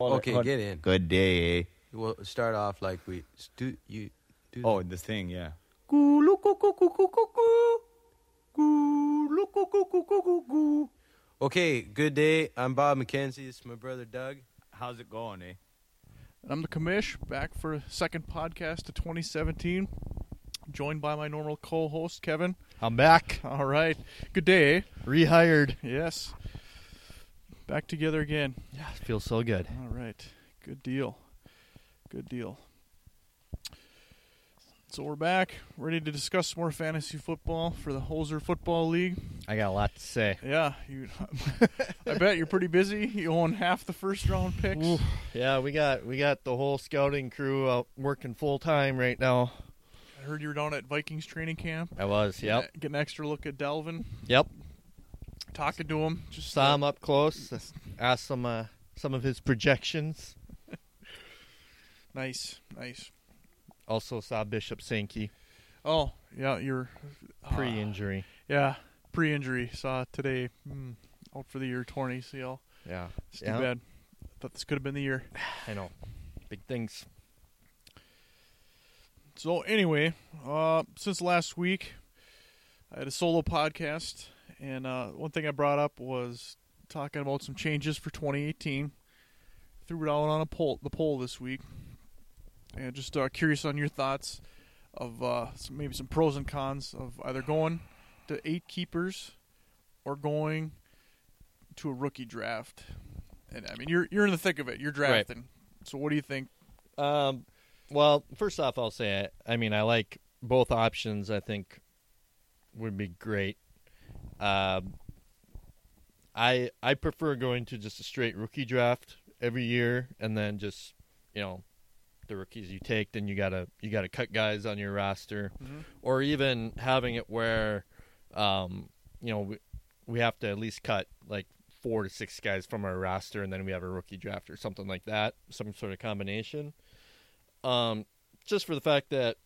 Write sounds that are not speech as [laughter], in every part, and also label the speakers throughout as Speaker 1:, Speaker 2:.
Speaker 1: Okay, get in.
Speaker 2: Good day.
Speaker 1: We'll start off like we do. You do.
Speaker 2: Oh, the thing, yeah.
Speaker 1: Okay, good day. I'm Bob McKenzie. It's my brother Doug.
Speaker 2: How's it going, eh?
Speaker 3: And I'm the commish back for a second podcast of 2017, joined by my normal co-host Kevin.
Speaker 4: I'm back,
Speaker 3: All right, good day. eh?
Speaker 4: rehired.
Speaker 3: Yes, back together again.
Speaker 4: Yeah, it feels so good.
Speaker 3: All right, good deal, good deal. So we're back, ready to discuss more fantasy football for the Holzer Football League.
Speaker 4: I got a lot to say.
Speaker 3: Yeah, you, [laughs] I bet you're pretty busy. You own half the first round picks.
Speaker 4: Oof. Yeah, we got we got the whole scouting crew out working full time right now.
Speaker 3: I heard you were down at Vikings training camp.
Speaker 4: I was. Yep.
Speaker 3: Get an extra look at Delvin.
Speaker 4: Yep.
Speaker 3: talking to him. Just uh,
Speaker 4: Saw him up close. Asked some uh, some of his projections.
Speaker 3: Nice, nice.
Speaker 4: Also saw Bishop Sankey
Speaker 3: Oh, yeah, you're ah,
Speaker 4: pre-injury.
Speaker 3: yeah, pre-injury. Saw today, mm, out for the year, torn ACL.
Speaker 4: Yeah.
Speaker 3: It's
Speaker 4: Yeah.
Speaker 3: too bad. I thought this could have been the year.
Speaker 4: I know. Big things.
Speaker 3: So anyway, uh, since last week, I had a solo podcast, and uh, one thing I brought up was talking about some changes for 2018. Threw it out on a poll, the poll this week, and just uh, curious on your thoughts of uh, some, maybe some pros and cons of either going to eight keepers or going to a rookie draft. And I mean, you're you're in the thick of it. You're
Speaker 4: Right.
Speaker 3: drafting. So what do you think?
Speaker 4: Um, well, first off, I'll say I, I mean I like both options. I think would be great. Um, I I prefer going to just a straight rookie draft every year, and then just you know the rookies you take, then you gotta you gotta cut guys on your roster,
Speaker 3: Mhm.
Speaker 4: or even having it where um, you know we, we have to at least cut like four to six guys from our roster, and then we have a rookie draft or something like that, some sort of combination. Um, just for the fact that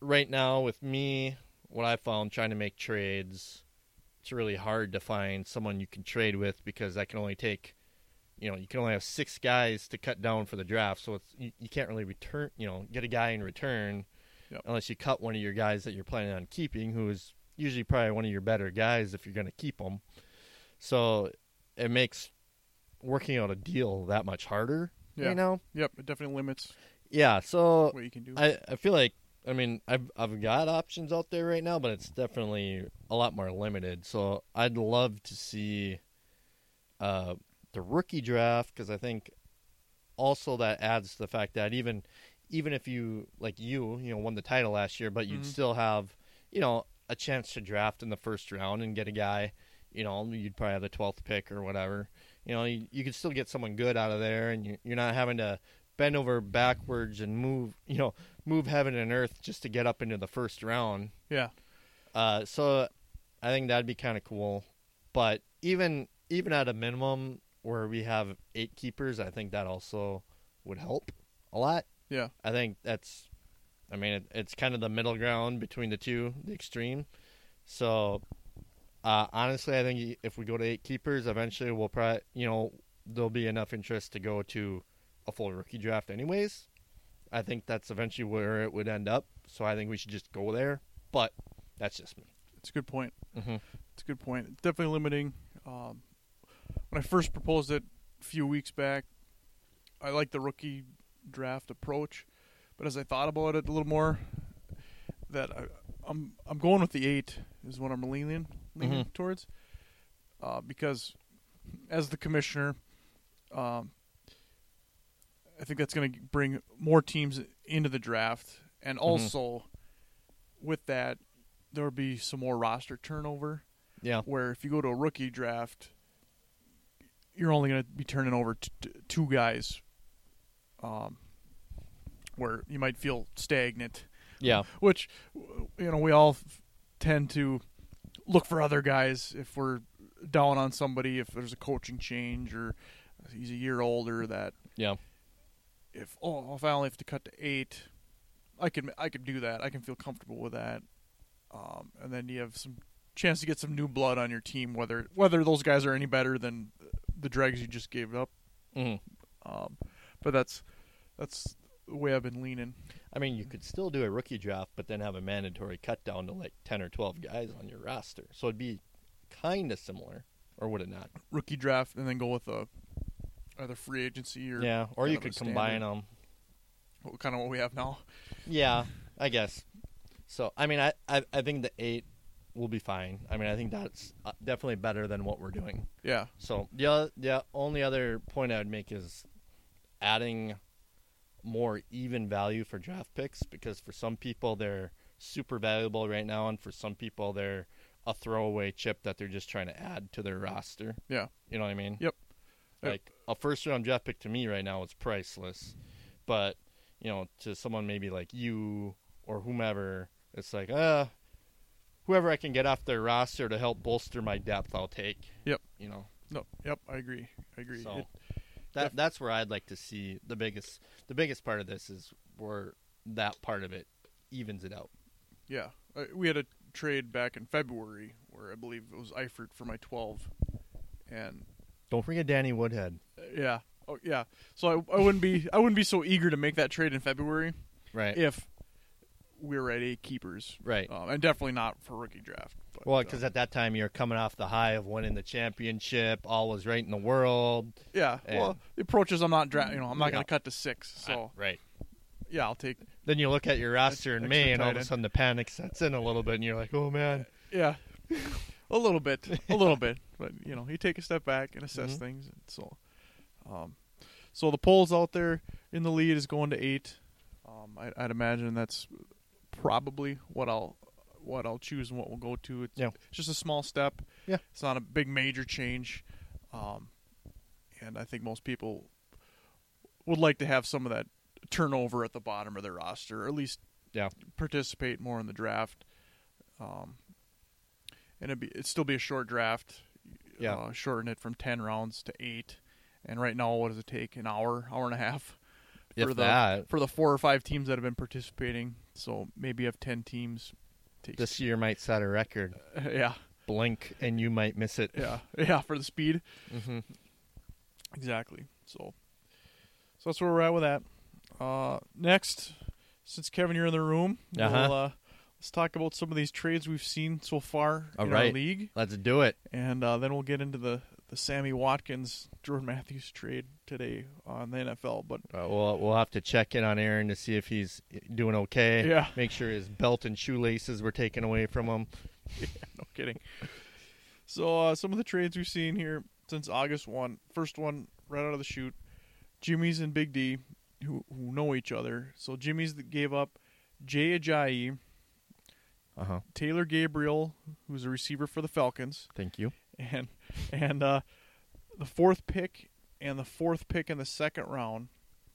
Speaker 4: right now with me, what I found trying to make trades, it's really hard to find someone you can trade with because I can only take, you know, you can only have six guys to cut down for the draft, so it's you, you can't really return, you know, get a guy in return
Speaker 3: Yep.
Speaker 4: unless you cut one of your guys that you're planning on keeping, who is usually probably one of your better guys if you're going to keep them. So it makes working out a deal that much harder.
Speaker 3: Yeah.
Speaker 4: You know?
Speaker 3: Yep, it definitely limits
Speaker 4: Yeah. So
Speaker 3: what you can do.
Speaker 4: I, I feel like I mean I've I've got options out there right now, but it's definitely a lot more limited. So I'd love to see uh, the rookie draft because I think also that adds to the fact that even even if you like you you know won the title last year, but you'd
Speaker 3: Mhm.
Speaker 4: still have you know a chance to draft in the first round and get a guy. You know, you'd probably have the twelfth pick or whatever. You know, you, you could still get someone good out of there, and you, you're not having to bend over backwards and move. You know, move heaven and earth just to get up into the first round.
Speaker 3: yeah.
Speaker 4: Uh, so I think that'd be kind of cool. But even even at a minimum where we have eight keepers, I think that also would help a lot.
Speaker 3: Yeah.
Speaker 4: I think that's I mean it, it's kind of the middle ground between the two, the extreme. So uh, honestly, I think if we go to eight keepers, eventually we'll probably you know there'll be enough interest to go to a full rookie draft anyways. I think that's eventually where it would end up. So I think we should just go there. But that's just me.
Speaker 3: It's a good point.
Speaker 4: Mm-hmm.
Speaker 3: It's a good point. It's definitely limiting. Um, when I first proposed it a few weeks back, I liked the rookie draft approach, but as I thought about it a little more, that I, I'm I'm going with the eight is what I'm leaning leaning towards, uh, because as the commissioner, um, I think that's going to bring more teams into the draft, and also with that, there will be some more roster turnover
Speaker 4: Yeah.
Speaker 3: where if you go to a rookie draft, you're only going to be turning over t- t- two guys, um, where you might feel stagnant.
Speaker 4: Yeah.
Speaker 3: Which, w- you know, we all f- tend to look for other guys if we're down on somebody, if there's a coaching change or he's a year older. That
Speaker 4: Yeah.
Speaker 3: if oh, if I only have to cut to eight, I can I can do that. I can feel comfortable with that. Um, and then you have some chance to get some new blood on your team, whether whether those guys are any better than the dregs you just gave up.
Speaker 4: Mhm.
Speaker 3: Um, But that's that's the way I've been leaning.
Speaker 4: I mean, you could still do a rookie draft, but then have a mandatory cut down to like ten or twelve guys on your roster. So it'd be kind of similar, or would it not?
Speaker 3: Rookie draft and then go with a either free agency or
Speaker 4: yeah, or
Speaker 3: kind
Speaker 4: you
Speaker 3: of a
Speaker 4: could combine
Speaker 3: standard.
Speaker 4: them.
Speaker 3: what- kind of what we have now.
Speaker 4: Yeah, I guess. So I mean, I, I I think the eight will be fine. I mean, I think that's uh, definitely better than what we're doing.
Speaker 3: Yeah,
Speaker 4: So the other, the only other point I would make is adding more even value for draft picks because for some people they're super valuable right now, and for some people they're a throwaway chip that they're just trying to add to their roster.
Speaker 3: Yeah.
Speaker 4: you know what I mean.
Speaker 3: Yep. Yep.
Speaker 4: Like a first round draft pick to me right now is priceless, but you know to someone maybe like you or whomever, it's like uh whoever I can get off their roster to help bolster my depth, I'll take.
Speaker 3: Yep.
Speaker 4: You know.
Speaker 3: no, yep, I agree. I agree.
Speaker 4: So [laughs]
Speaker 3: It-
Speaker 4: that that's where I'd like to see the biggest the biggest part of this is where that part of it evens it out.
Speaker 3: yeah, I, we had a trade back in February where I believe it was Eifert for my twelve, and
Speaker 4: Don't forget Danny Woodhead.
Speaker 3: uh, yeah, oh yeah. So I, I wouldn't be I wouldn't be so eager to make that trade in February
Speaker 4: Right.
Speaker 3: if we were at eight keepers,
Speaker 4: Right.
Speaker 3: Um, and definitely not for rookie draft. But,
Speaker 4: Well,
Speaker 3: uh,
Speaker 4: because at that time you're coming off the high of winning the championship, all was right in the world.
Speaker 3: yeah, well,
Speaker 4: and-
Speaker 3: the approach is I'm not dra- you know I'm not going
Speaker 4: Yeah.
Speaker 3: to cut to six, so
Speaker 4: Ah, right.
Speaker 3: yeah, I'll take
Speaker 4: Then you look at your roster in
Speaker 3: Extra
Speaker 4: May, and all
Speaker 3: tight
Speaker 4: of a
Speaker 3: end.
Speaker 4: sudden the panic sets in a little bit, and you're like, "Oh man,
Speaker 3: Yeah. [laughs] a little bit. A little bit. But you know, you take a step back and assess
Speaker 4: Mhm.
Speaker 3: things and so um so the polls out there in the lead is going to eight. Um I would imagine that's probably what I'll what I'll choose and what we'll go to. It's,
Speaker 4: Yeah.
Speaker 3: it's just a small step.
Speaker 4: Yeah.
Speaker 3: It's not a big major change. Um and I think most people would like to have some of that turnover at the bottom of their roster, or at least
Speaker 4: Yeah.
Speaker 3: participate more in the draft. Um, and it'd, be, it'd still be a short draft.
Speaker 4: Yeah.
Speaker 3: Uh, shorten it from 10 rounds to 8. And right now, what does it take? An hour, hour and a half?
Speaker 4: If
Speaker 3: for the,
Speaker 4: that.
Speaker 3: For the four or five teams that have been participating. So maybe you have 10 teams. Takes,
Speaker 4: this year might set a record.
Speaker 3: [laughs] yeah.
Speaker 4: Blink, and you might miss it."
Speaker 3: Yeah. [laughs] Yeah. For the speed.
Speaker 4: Mm-hmm.
Speaker 3: Exactly. So, so that's where we're at with that. Uh, next, since Kevin, you're in the room,
Speaker 4: Uh-huh.
Speaker 3: we'll, uh, let's talk about some of these trades we've seen so far
Speaker 4: All
Speaker 3: in our
Speaker 4: right.
Speaker 3: league,
Speaker 4: Let's do it.
Speaker 3: and uh, then we'll get into the the Sammy Watkins Jordan Matthews trade today on the NFL. But
Speaker 4: Uh, we'll we'll have to check in on Aaron to see if he's doing okay.
Speaker 3: Yeah.
Speaker 4: Make sure his belt and shoelaces were taken away from him.
Speaker 3: [laughs] no kidding. So uh, some of the trades we've seen here since August one. First one right out of the shoot, Jimmy's and Big D, who who know each other. So Jimmy's that gave up Jay Ajayi.
Speaker 4: Uh huh.
Speaker 3: Taylor Gabriel, who's a receiver for the Falcons, [laughs]
Speaker 4: Thank you.
Speaker 3: and and uh, the fourth pick and the fourth pick in the second round,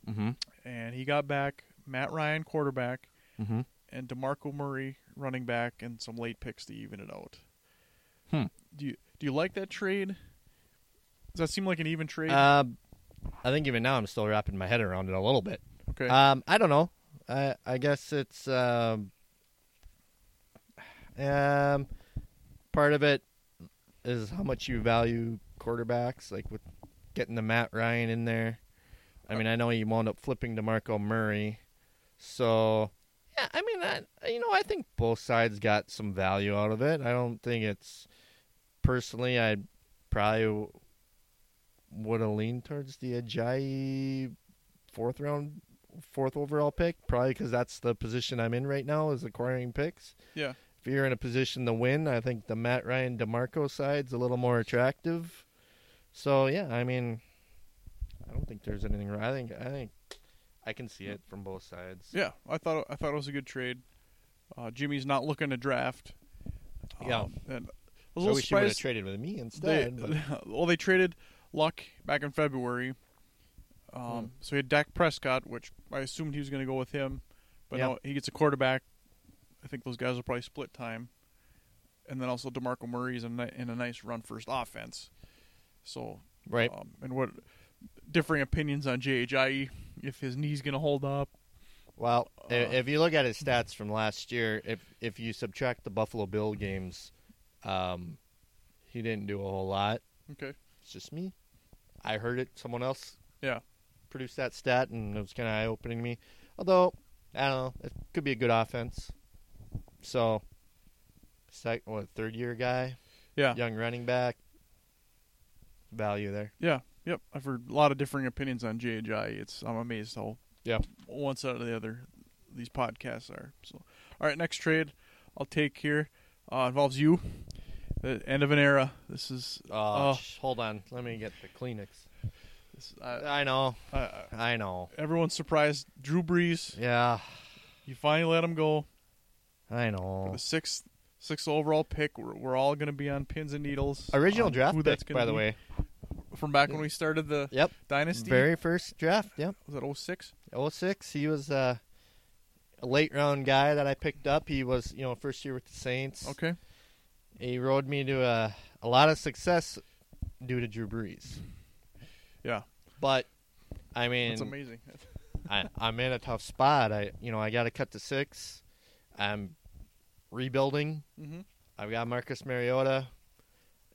Speaker 4: Mm-hmm.
Speaker 3: and he got back Matt Ryan, quarterback,
Speaker 4: Mm-hmm.
Speaker 3: and Demarco Murray, running back, and some late picks to even it out.
Speaker 4: Hmm.
Speaker 3: Do you do you like that trade? Does that seem like an even trade?
Speaker 4: Uh, I think even now I'm still wrapping my head around it a little bit.
Speaker 3: okay.
Speaker 4: Um, I don't know. I I guess it's um, um, part of it is how much you value quarterbacks, like with getting the Matt Ryan in there. I mean, I know you wound up flipping to Marco Murray, so yeah. I mean, I, you know, I think both sides got some value out of it. I don't think it's personally. I probably would have leaned towards the Ajayi fourth round fourth overall pick, probably because that's the position I'm in right now is acquiring picks.
Speaker 3: Yeah.
Speaker 4: If you're in a position to win, I think the Matt Ryan Demarco side's a little more attractive. So yeah, I mean, I don't think there's anything wrong. I think I think I can see it from both sides.
Speaker 3: Mm. yeah, I thought I thought it was a good trade. Uh, Jimmy's not looking to draft.
Speaker 4: Yeah.
Speaker 3: Um, and I was a
Speaker 4: I
Speaker 3: little
Speaker 4: wish you would have
Speaker 3: surprised.
Speaker 4: traded with me
Speaker 3: They,
Speaker 4: instead.
Speaker 3: [laughs] well, they traded Luck back in February. Um,
Speaker 4: Hmm.
Speaker 3: So he had Dak Prescott, which I assumed he was going to go with him, but
Speaker 4: Yeah.
Speaker 3: now he gets a quarterback. I think those guys will probably split time, and then also Demarco Murray's in a, ni- in a nice run first offense. So
Speaker 4: right.
Speaker 3: um, and what differing opinions on JHIE E, if his knee's going to hold up.
Speaker 4: Well,
Speaker 3: Uh,
Speaker 4: i if you look at his stats from last year, if if you subtract the Buffalo Bill games, um, he didn't do a whole lot.
Speaker 3: Okay.
Speaker 4: It's just me. I heard it. Someone else
Speaker 3: Yeah.
Speaker 4: produced that stat, and it was kind of eye opening to me. Although, I don't know, it could be a good offense. So, sec what third year guy,
Speaker 3: Yeah.
Speaker 4: young running back, value there.
Speaker 3: Yeah. Yep. I've heard a lot of differing opinions on JHI. It's I'm amazed how
Speaker 4: Yeah.
Speaker 3: one side or the other these podcasts are. So all right, next trade I'll take here uh, involves you. The end of an era. This is
Speaker 4: Oh,
Speaker 3: Oh.
Speaker 4: sh- hold on, let me get the Kleenex.
Speaker 3: this, I,
Speaker 4: I know,
Speaker 3: I, I,
Speaker 4: I know.
Speaker 3: everyone's surprised. Drew Brees,
Speaker 4: Yeah,
Speaker 3: you finally let him go
Speaker 4: I
Speaker 3: for
Speaker 4: know.
Speaker 3: the sixth sixth overall pick. We're, we're all going to be on pins and needles.
Speaker 4: Original
Speaker 3: on
Speaker 4: draft
Speaker 3: who Oh, that's
Speaker 4: pick,
Speaker 3: gonna
Speaker 4: by the
Speaker 3: be
Speaker 4: way.
Speaker 3: from back when we started the
Speaker 4: Yep,
Speaker 3: dynasty.
Speaker 4: very first draft. Yep.
Speaker 3: was that 06?
Speaker 4: 06 he was uh, a late round guy that i picked up he was you know first year with the saints
Speaker 3: Okay.
Speaker 4: he rode me to a, a lot of success due to drew brees
Speaker 3: Yeah.
Speaker 4: but i
Speaker 3: That's
Speaker 4: mean
Speaker 3: amazing. [laughs]
Speaker 4: I, i'm in a tough spot i you know i gotta cut to six i'm rebuilding
Speaker 3: hmm
Speaker 4: i've got marcus mariota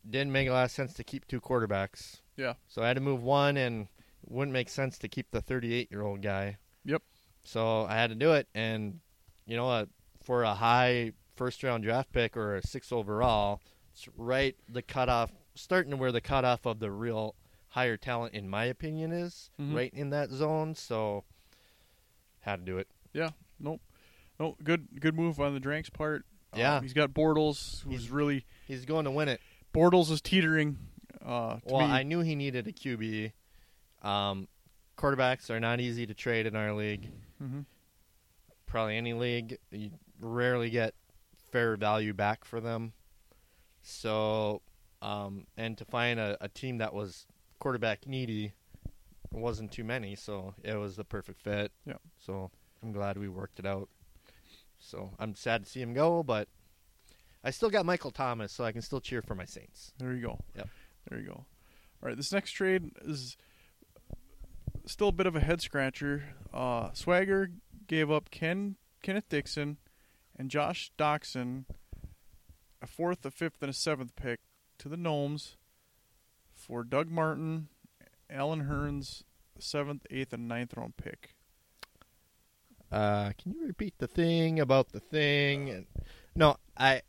Speaker 4: didn't make a lot of sense to keep two quarterbacks
Speaker 3: Yeah.
Speaker 4: so i had to move one and it wouldn't make sense to keep the 38 year old guy
Speaker 3: Yep.
Speaker 4: So I had to do it, and you know what? For a high first round draft pick or a six overall, it's right the cutoff, starting to where the cutoff of the real higher talent, in my opinion, is
Speaker 3: Mhm.
Speaker 4: right in that zone. So had to do it.
Speaker 3: Nope. No, Oh, good good move on the Dranks part. Um,
Speaker 4: Yeah.
Speaker 3: he's got Bortles, who's
Speaker 4: He's-
Speaker 3: really
Speaker 4: He's going to win it.
Speaker 3: Bortles is teetering. Uh, to
Speaker 4: Well,
Speaker 3: me,
Speaker 4: I knew he needed a QB. Um, quarterbacks are not easy to trade in our league.
Speaker 3: Mhm.
Speaker 4: Probably any league, you rarely get fair value back for them. So, um, and to find a, a team that was quarterback needy wasn't too many, so it was the perfect fit.
Speaker 3: Yeah.
Speaker 4: So I'm glad we worked it out. So I'm sad to see him go, but I still got Michael Thomas, so I can still cheer for my Saints.
Speaker 3: there you go.
Speaker 4: Yep.
Speaker 3: There you go. All right, this next trade is still a bit of a head scratcher. Uh, Swagger gave up Ken Kenneth Dixon and Josh Doxson, a fourth, a fifth, and a seventh pick to the Gnomes for Doug Martin, Alan Hearns, seventh, eighth, and ninth round pick.
Speaker 4: Uh, can you repeat the thing about the thing? And, no, I.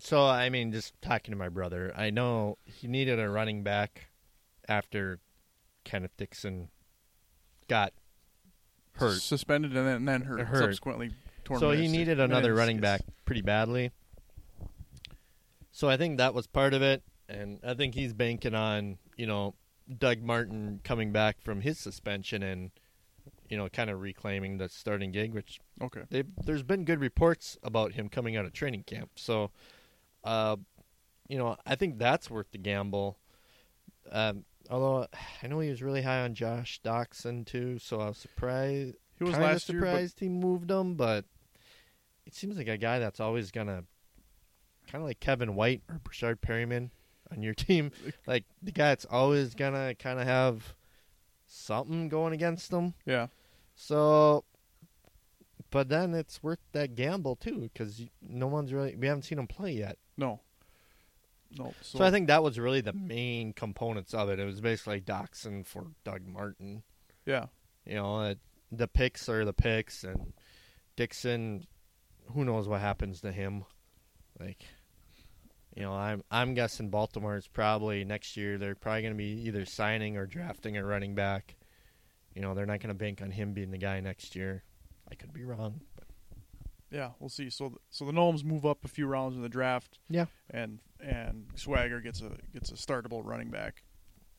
Speaker 4: So I mean, just talking to my brother, I know he needed a running back after Kenneth Dixon got hurt,
Speaker 3: suspended, and then, and then hurt,
Speaker 4: Hurt.
Speaker 3: subsequently torn.
Speaker 4: so he
Speaker 3: meniscus-
Speaker 4: needed another running
Speaker 3: meniscus.
Speaker 4: back pretty badly. So I think that was part of it, and I think he's banking on you know Doug Martin coming back from his suspension and you know kind of reclaiming the starting gig, which
Speaker 3: Okay,
Speaker 4: they there's been good reports about him coming out of training camp. So, uh, you know, I think that's worth the gamble. Um, although I know he was really high on Josh Doxson too, so I was surprised.
Speaker 3: he was
Speaker 4: kinda
Speaker 3: last year,
Speaker 4: surprised he moved him, but it seems like a guy that's always gonna kind of like Kevin White or Brashard Perryman on your [laughs] team, like the guy that's always gonna kind of have something going against him.
Speaker 3: but yeah,
Speaker 4: So, but then it's worth that gamble too, because no one's really we haven't seen him play yet.
Speaker 3: no, no. So,
Speaker 4: So, I think that was really the main components of it. It was basically Doxson for Doug Martin.
Speaker 3: yeah,
Speaker 4: You know, it, the picks are the picks, and Dixon, who knows what happens to him? Like, you know, I'm I'm guessing Baltimore's probably next year. They're probably going to be either signing or drafting a running back. You know, they're not going to bank on him being the guy next year. I could be wrong.
Speaker 3: yeah. We'll see. So th- so the gnomes move up a few rounds in the draft.
Speaker 4: Yeah.
Speaker 3: and and Swagger gets a gets a startable running back.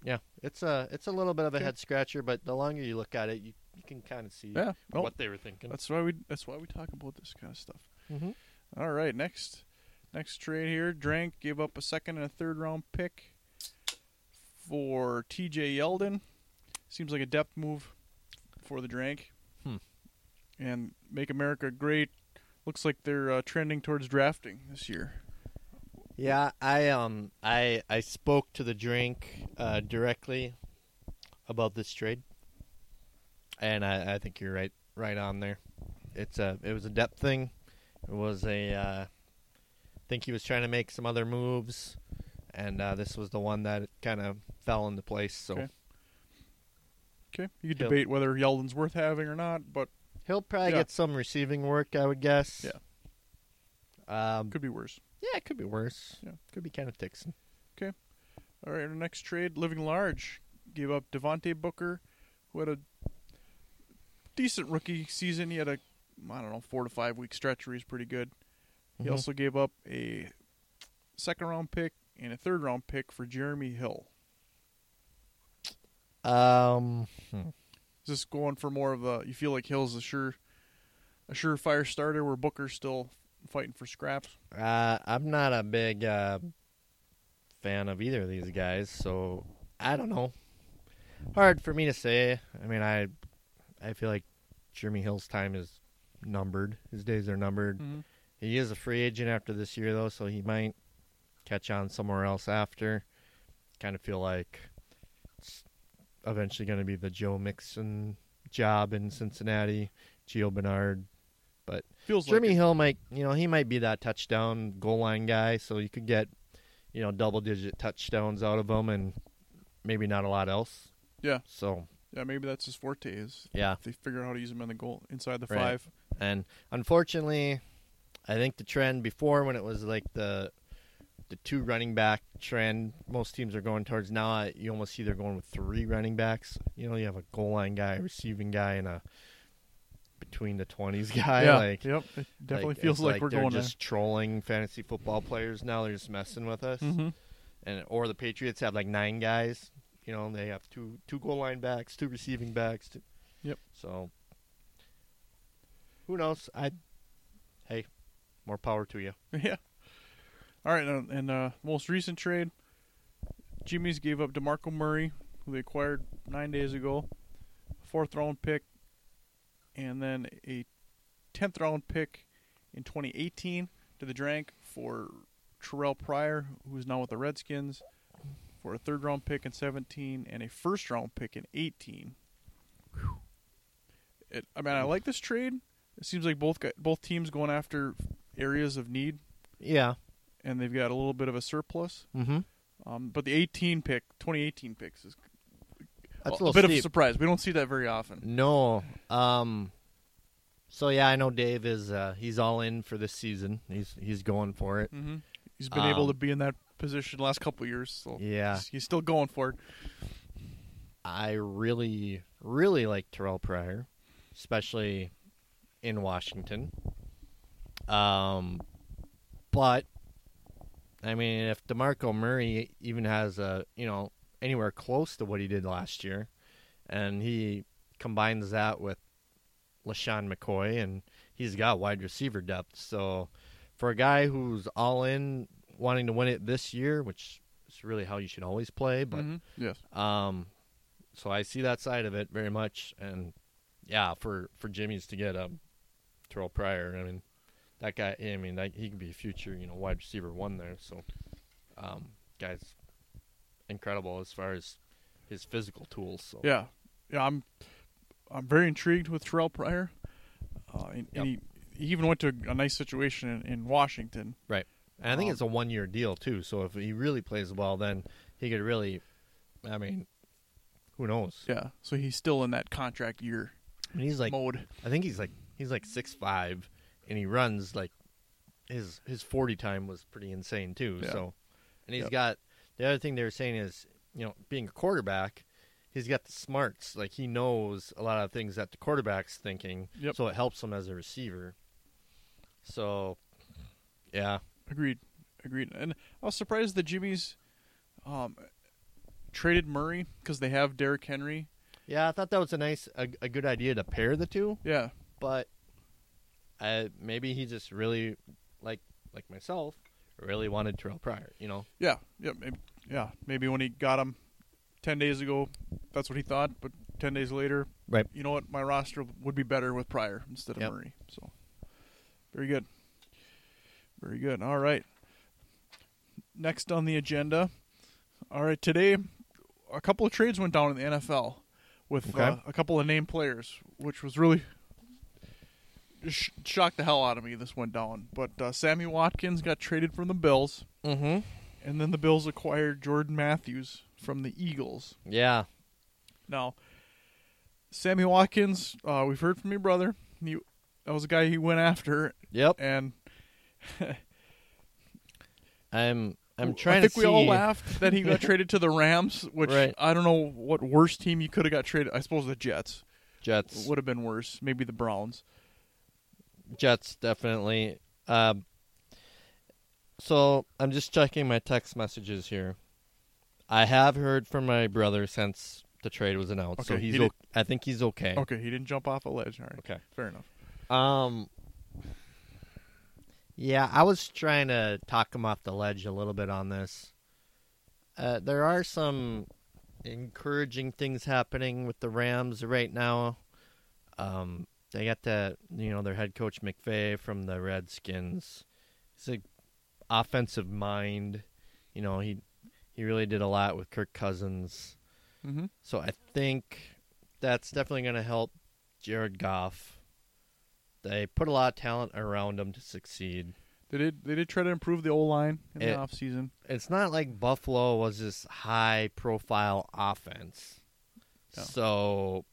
Speaker 4: Yeah, it's a it's a little bit of a
Speaker 3: Okay.
Speaker 4: head scratcher, but the longer you look at it, you, you can kind of see
Speaker 3: Yeah, no,
Speaker 4: what they were thinking.
Speaker 3: that's why we that's why we talk about this kind of stuff.
Speaker 4: Mhm.
Speaker 3: All right, next next trade here. Drank gave up a second and a third round pick for TJ Yeldon. Seems like a depth move for the Drank.
Speaker 4: Hmm.
Speaker 3: And Make America Great looks like they're uh, trending towards drafting this year.
Speaker 4: Yeah, I um I I spoke to the drink uh, directly about this trade, and I, I think you're right right on there. It's a it was a depth thing. It was a uh, I think he was trying to make some other moves, and uh, this was the one that kind of fell into place. So
Speaker 3: Okay. Okay, you could
Speaker 4: Yep.
Speaker 3: debate whether Yeldon's worth having or not, but
Speaker 4: He'll probably
Speaker 3: Yeah.
Speaker 4: get some receiving work, I would guess.
Speaker 3: Yeah.
Speaker 4: Um,
Speaker 3: could be worse.
Speaker 4: yeah, it could be worse.
Speaker 3: Yeah.
Speaker 4: Could be Kenneth Dixon.
Speaker 3: All right, our next trade, Living Large, gave up Devontae Booker, who had a decent rookie season. He had a, I don't know, four to five week stretch where he's pretty good. He
Speaker 4: Mhm.
Speaker 3: also gave up a second round pick and a third round pick for Jeremy Hill.
Speaker 4: Um,
Speaker 3: Is this going for more of a? You feel like Hill's a sure, a surefire starter, where Booker's still fighting for scraps.
Speaker 4: uh, I'm not a big uh, fan of either of these guys, so I don't know. Hard for me to say. I mean, I I feel like Jeremy Hill's time is numbered. His days are numbered.
Speaker 3: Mm-hmm.
Speaker 4: He is a free agent after this year, though, so he might catch on somewhere else after. Kind of feel like it's eventually going to be the Joe Mixon job in Cincinnati, Gio Bernard. But
Speaker 3: Feels
Speaker 4: Jeremy
Speaker 3: like it.
Speaker 4: Hill might, you know, he might be that touchdown goal line guy, so you could get, you know, double digit touchdowns out of him and maybe not a lot else.
Speaker 3: Yeah.
Speaker 4: So,
Speaker 3: Yeah, maybe that's his forte. Is
Speaker 4: yeah.
Speaker 3: if they figure out how to use him in the goal inside the
Speaker 4: Right.
Speaker 3: five.
Speaker 4: And unfortunately, I think the trend before when it was like the the two running back trend, most teams are going towards now. I- You almost see they're going with three running backs. You know, you have a goal line guy, a receiving guy, and a between the twenties [laughs] guy.
Speaker 3: yeah.
Speaker 4: like
Speaker 3: yep. It definitely
Speaker 4: it's
Speaker 3: feels like, we're
Speaker 4: they're
Speaker 3: going
Speaker 4: just trolling fantasy football players now. They're just messing with us,
Speaker 3: there. Mm-hmm.
Speaker 4: and or the Patriots have like nine guys. You know, they have two two goal line backs, two receiving backs. Two,
Speaker 3: Yep.
Speaker 4: So who knows? I hey, more power to you.
Speaker 3: [laughs] Yeah. All right, and, and uh, most recent trade, Jimmy's gave up Demarco Murray, who they acquired nine days ago, fourth round pick, and then a tenth round pick in 2018 to the Drank for Terrell Pryor, who is now with the Redskins, for a third round pick in 17 and a first round pick in 18. It, I mean, I like this trade. It seems like both gu- both teams going after areas of need
Speaker 4: Yeah.
Speaker 3: and they've got a little bit of a surplus.
Speaker 4: Mm-hmm.
Speaker 3: Um, but the 18 pick, 2018 picks is
Speaker 4: That's
Speaker 3: a,
Speaker 4: a little
Speaker 3: bit of a
Speaker 4: steep.
Speaker 3: surprise. We don't see that very often.
Speaker 4: No. Um so yeah, I know Dave is uh he's all in for this season. He's he's going for it.
Speaker 3: Mm-hmm. He's been able
Speaker 4: Um,
Speaker 3: to be in that position the last couple of years, so
Speaker 4: Yeah.
Speaker 3: he's, he's still going for it.
Speaker 4: I really really like Terrell Pryor, especially in Washington. Um but I mean, if DeMarco Murray even has a, you know, anywhere close to what he did last year and he combines that with LaShawn McCoy and he's got wide receiver depth. So for a guy who's all in wanting to win it this year, which is really how you should always play, but
Speaker 3: Mhm. Yes.
Speaker 4: um, so I see that side of it very much, and yeah, for for Jimmy's to get um, Terrell Pryor, I mean, that guy, I mean, that, he could be a future, you know, wide receiver one there. So, um, guys, incredible as far as his physical tools. So
Speaker 3: Yeah, yeah. I'm I'm very intrigued with Terrell Pryor, uh, and, and he, he even went to a nice situation in, in Washington.
Speaker 4: and I think
Speaker 3: Um,
Speaker 4: it's a one year deal too. So if he really plays well, then he could really, I mean, who knows?
Speaker 3: Yeah, so he's still in that contract year
Speaker 4: I mean, he's like
Speaker 3: mode.
Speaker 4: I think he's like he's like six five, and he runs like his his forty time was pretty insane too.
Speaker 3: Yeah.
Speaker 4: So, and he's
Speaker 3: Yep.
Speaker 4: got the other thing they were saying is you know being a quarterback, he's got the smarts. Like he knows a lot of things that the quarterback's thinking.
Speaker 3: Yep.
Speaker 4: So it helps him as a receiver. So, yeah,
Speaker 3: Agreed. Agreed. And I was surprised the Jimmy's um, traded Murray because they have Derrick Henry.
Speaker 4: yeah. I thought that was a nice a, a good idea to pair the two.
Speaker 3: Yeah.
Speaker 4: but I, maybe he just really like like myself really wanted Terrell Pryor. You know,
Speaker 3: Yeah. Yeah. Maybe, yeah. Maybe when he got him 10 days ago, that's what he thought. But 10 days later,
Speaker 4: Right.
Speaker 3: you know what? My roster would be better with Pryor instead of
Speaker 4: Yep.
Speaker 3: Murray. So, very good. Very good. All right. Next on the agenda. All right. Today, a couple of trades went down in the NFL with
Speaker 4: Okay.
Speaker 3: uh, a couple of named players, which was really sh- shocked the hell out of me. This went down, but uh, Sammy Watkins got traded from the Bills,
Speaker 4: Mm-hmm.
Speaker 3: and then the Bills acquired Jordan Matthews from the Eagles.
Speaker 4: Yeah.
Speaker 3: Now, Sammy Watkins, uh, we've heard from your brother. He, that was a guy he went after,
Speaker 4: Yep.
Speaker 3: and
Speaker 4: I'm I'm
Speaker 3: I
Speaker 4: trying
Speaker 3: think
Speaker 4: to
Speaker 3: we all
Speaker 4: see-
Speaker 3: laughed that he
Speaker 4: [laughs]
Speaker 3: got traded to the Rams, which
Speaker 4: Right.
Speaker 3: I don't know what worse team you could have got traded. I suppose the Jets
Speaker 4: Jets.
Speaker 3: would have been worse. Maybe the Browns.
Speaker 4: Jets definitely. Um, so I'm just checking my text messages here. I have heard from my brother since the trade was announced, so
Speaker 3: Okay, he
Speaker 4: he's.
Speaker 3: did-
Speaker 4: o- I think he's okay.
Speaker 3: Okay, he didn't jump off a ledge. All right,
Speaker 4: Okay.
Speaker 3: fair enough.
Speaker 4: Um. Yeah, I was trying to talk him off the ledge a little bit on this. Uh, there are some encouraging things happening with the Rams right now. Um, they got the you know their head coach McVay from the Redskins. He's an offensive mind. You know he he really did a lot with Kirk Cousins.
Speaker 3: Mm-hmm.
Speaker 4: So I think that's definitely going to help Jared Goff. They put a lot of talent around him to succeed.
Speaker 3: They did. They did try to improve the O line in the
Speaker 4: It-
Speaker 3: off season.
Speaker 4: It's not like Buffalo was this high profile offense.
Speaker 3: No.
Speaker 4: So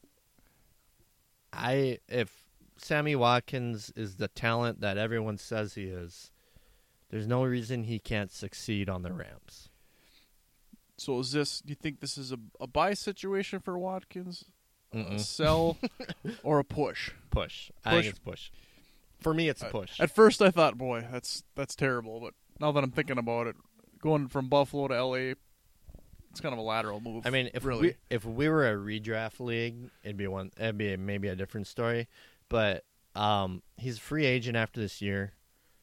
Speaker 4: I if Sammy Watkins is the talent that everyone says he is, there's no reason he can't succeed on the Rams.
Speaker 3: So is this? Do you think this is a, a buy situation for Watkins, a
Speaker 4: Mm-mm. [laughs]
Speaker 3: sell, or a push?
Speaker 4: Push. I think
Speaker 3: Push.
Speaker 4: it's push. For me it's push.
Speaker 3: At first, I thought, boy, that's that's terrible. But now that I'm thinking about it, going from Buffalo to L.A., it's kind of a lateral move.
Speaker 4: I mean, if
Speaker 3: really,
Speaker 4: we if we were a redraft league, it'd be one. It'd be maybe a different story. But um, he's a free agent after this year,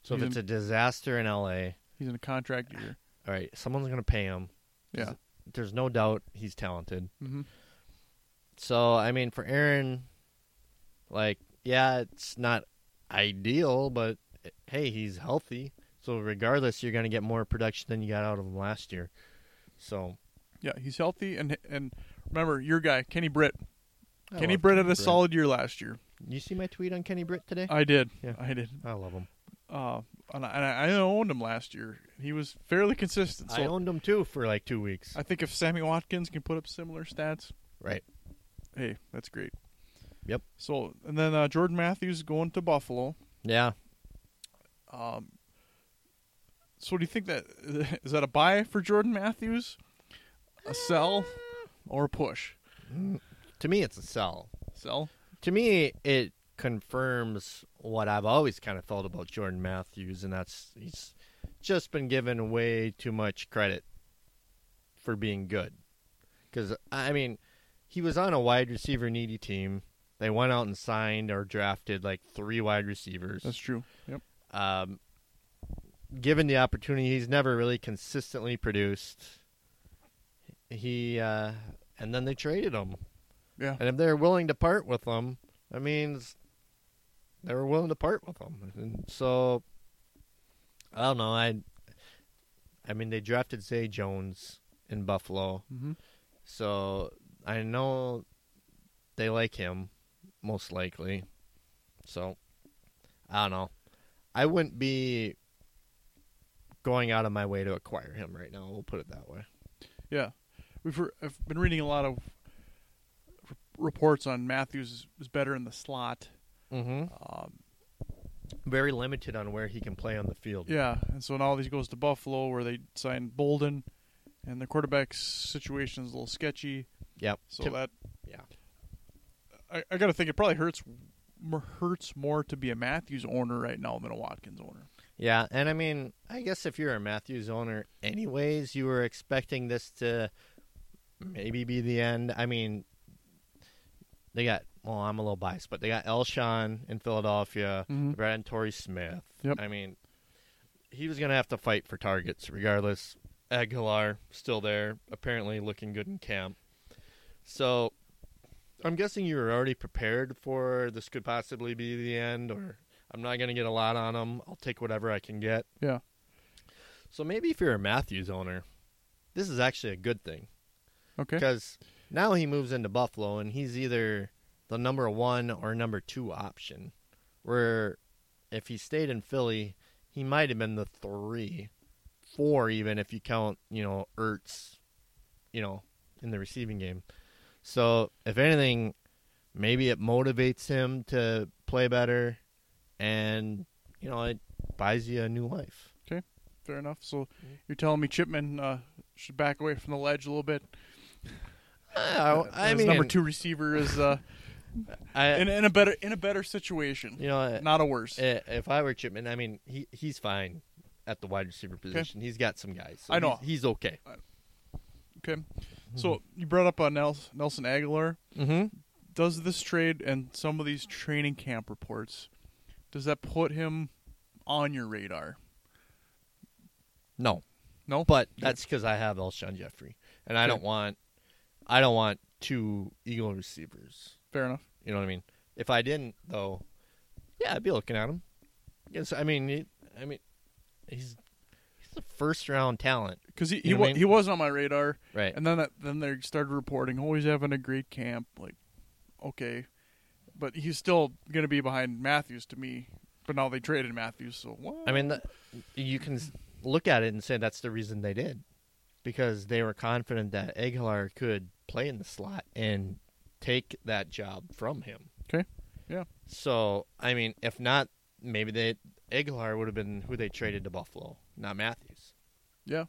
Speaker 4: so
Speaker 3: He's
Speaker 4: if it's
Speaker 3: in-
Speaker 4: a disaster in L.A.,
Speaker 3: he's in a
Speaker 4: [sighs]
Speaker 3: contract year.
Speaker 4: all right, someone's gonna pay him.
Speaker 3: Yeah.
Speaker 4: There's no doubt he's talented.
Speaker 3: Mm-hmm.
Speaker 4: So I mean, for Aaron, like, yeah, it's not ideal, but eh, hey, he's healthy. So regardless, you're gonna get more production than you got out of him last year. So
Speaker 3: Yeah, he's healthy, and and remember your guy Kenny Britt.
Speaker 4: I
Speaker 3: Kenny
Speaker 4: love
Speaker 3: Britt had a solid Uh, year last year.
Speaker 4: You see my tweet on Kenny Britt today?
Speaker 3: I did.
Speaker 4: Yeah.
Speaker 3: I did.
Speaker 4: I love him.
Speaker 3: Uh, and I, and I owned him last year. He was fairly consistent. So
Speaker 4: I owned him too for like two weeks.
Speaker 3: I think if Sammy Watkins can put up similar stats,
Speaker 4: right.
Speaker 3: hey, that's great.
Speaker 4: Yep.
Speaker 3: So and then uh, Jordan Matthews going to Buffalo.
Speaker 4: Yeah.
Speaker 3: Um, so do you think that [laughs] is that a buy for Jordan Matthews, a sell, or a push?
Speaker 4: To me, it's a sell.
Speaker 3: Sell.
Speaker 4: To me, it confirms what I've always kind of felt about Jordan Matthews, and that's he's just been given way too much credit for being good. Because, I mean, he was on a wide receiver needy team. They went out and signed or drafted like three wide receivers.
Speaker 3: That's true. Yep.
Speaker 4: um, given the opportunity, he's never really consistently produced. He uh, and then they traded him,
Speaker 3: Yeah.
Speaker 4: and if they're willing to part with him, that means they were willing to part with him. And so I don't know. I I mean, they drafted Zay Jones in Buffalo,
Speaker 3: Mm-hmm.
Speaker 4: so I know they like him, most likely. So I don't know. I wouldn't be going out of my way to acquire him right now. We'll put it that way.
Speaker 3: Yeah, we've re- I've been reading a lot of r- reports on Matthews is- is better in the slot.
Speaker 4: Mm-hmm.
Speaker 3: Um,
Speaker 4: Very limited on where he can play on the field.
Speaker 3: yeah, and so now he goes to Buffalo where they signed Bolden, and the quarterback situation is a little sketchy.
Speaker 4: Yep.
Speaker 3: So
Speaker 4: Tim-
Speaker 3: that
Speaker 4: yeah.
Speaker 3: I, I got to think it probably hurts more, hurts more to be a Matthews owner right now than a Watkins owner.
Speaker 4: Yeah, and I mean, I guess if you're a Matthews owner, anyways, you were expecting this to maybe be the end. I mean, they got well, I'm a little biased, but they got Elshon in Philadelphia,
Speaker 3: Mhm.
Speaker 4: Brad and Torrey Smith.
Speaker 3: Yep.
Speaker 4: I mean, he was gonna have to fight for targets regardless. Aguilar still there, apparently looking good in camp. So, I'm guessing you were already prepared for this could possibly be the end, or I'm not going to get a lot on them. I'll take whatever I can get.
Speaker 3: Yeah.
Speaker 4: So maybe if you're a Matthews owner, this is actually a good thing
Speaker 3: Okay.
Speaker 4: because now he moves into Buffalo and he's either the number one or number two option. Where if he stayed in Philly, he might have been the three, four even if you count you know Ertz, you know in the receiving game. So if anything, maybe it motivates him to play better, and you know it buys you a new life.
Speaker 3: Fair enough. So you're telling me Chipman uh, should back away from the ledge a little bit.
Speaker 4: I, I
Speaker 3: His
Speaker 4: mean,
Speaker 3: number two receiver is
Speaker 4: [laughs]
Speaker 3: uh,
Speaker 4: I,
Speaker 3: in, in a better in a better situation,
Speaker 4: you know, I-
Speaker 3: not a worse.
Speaker 4: I- Eh, if I were Chipman, I mean, he he's fine at the wide receiver position. He's got some guys. so
Speaker 3: I know.
Speaker 4: he's, he's okay.
Speaker 3: Okay. So you brought up uh, Nels- Nelson Aguilar.
Speaker 4: Mm-hmm.
Speaker 3: Does this trade and some of these training camp reports, does that put him on your radar?
Speaker 4: No,
Speaker 3: No.
Speaker 4: but
Speaker 3: Yeah.
Speaker 4: that's because I have Elshon Jeffrey, and I
Speaker 3: Okay.
Speaker 4: don't want, I don't want two Eagle receivers.
Speaker 3: Fair enough.
Speaker 4: You know what I mean? If I didn't, though, yeah, I'd be looking at him. Yes, I mean, he, I mean, he's he's a first round talent,
Speaker 3: Because he
Speaker 4: You
Speaker 3: he,
Speaker 4: know
Speaker 3: wa-
Speaker 4: what I mean?
Speaker 3: he was on my radar,
Speaker 4: right?
Speaker 3: and then that, then they started reporting, oh, he's having a great camp. Like, okay, but he's still gonna be behind Matthews to me. But now they traded Matthews, so what?
Speaker 4: I mean, the, you can s- look at it and say that's the reason they did, because they were confident that Aguilar could play in the slot and take that job from him.
Speaker 3: 'Kay. Yeah.
Speaker 4: So I mean, if not, maybe they Aguilar would have been who they traded to Buffalo, not Matthews.
Speaker 3: yeah,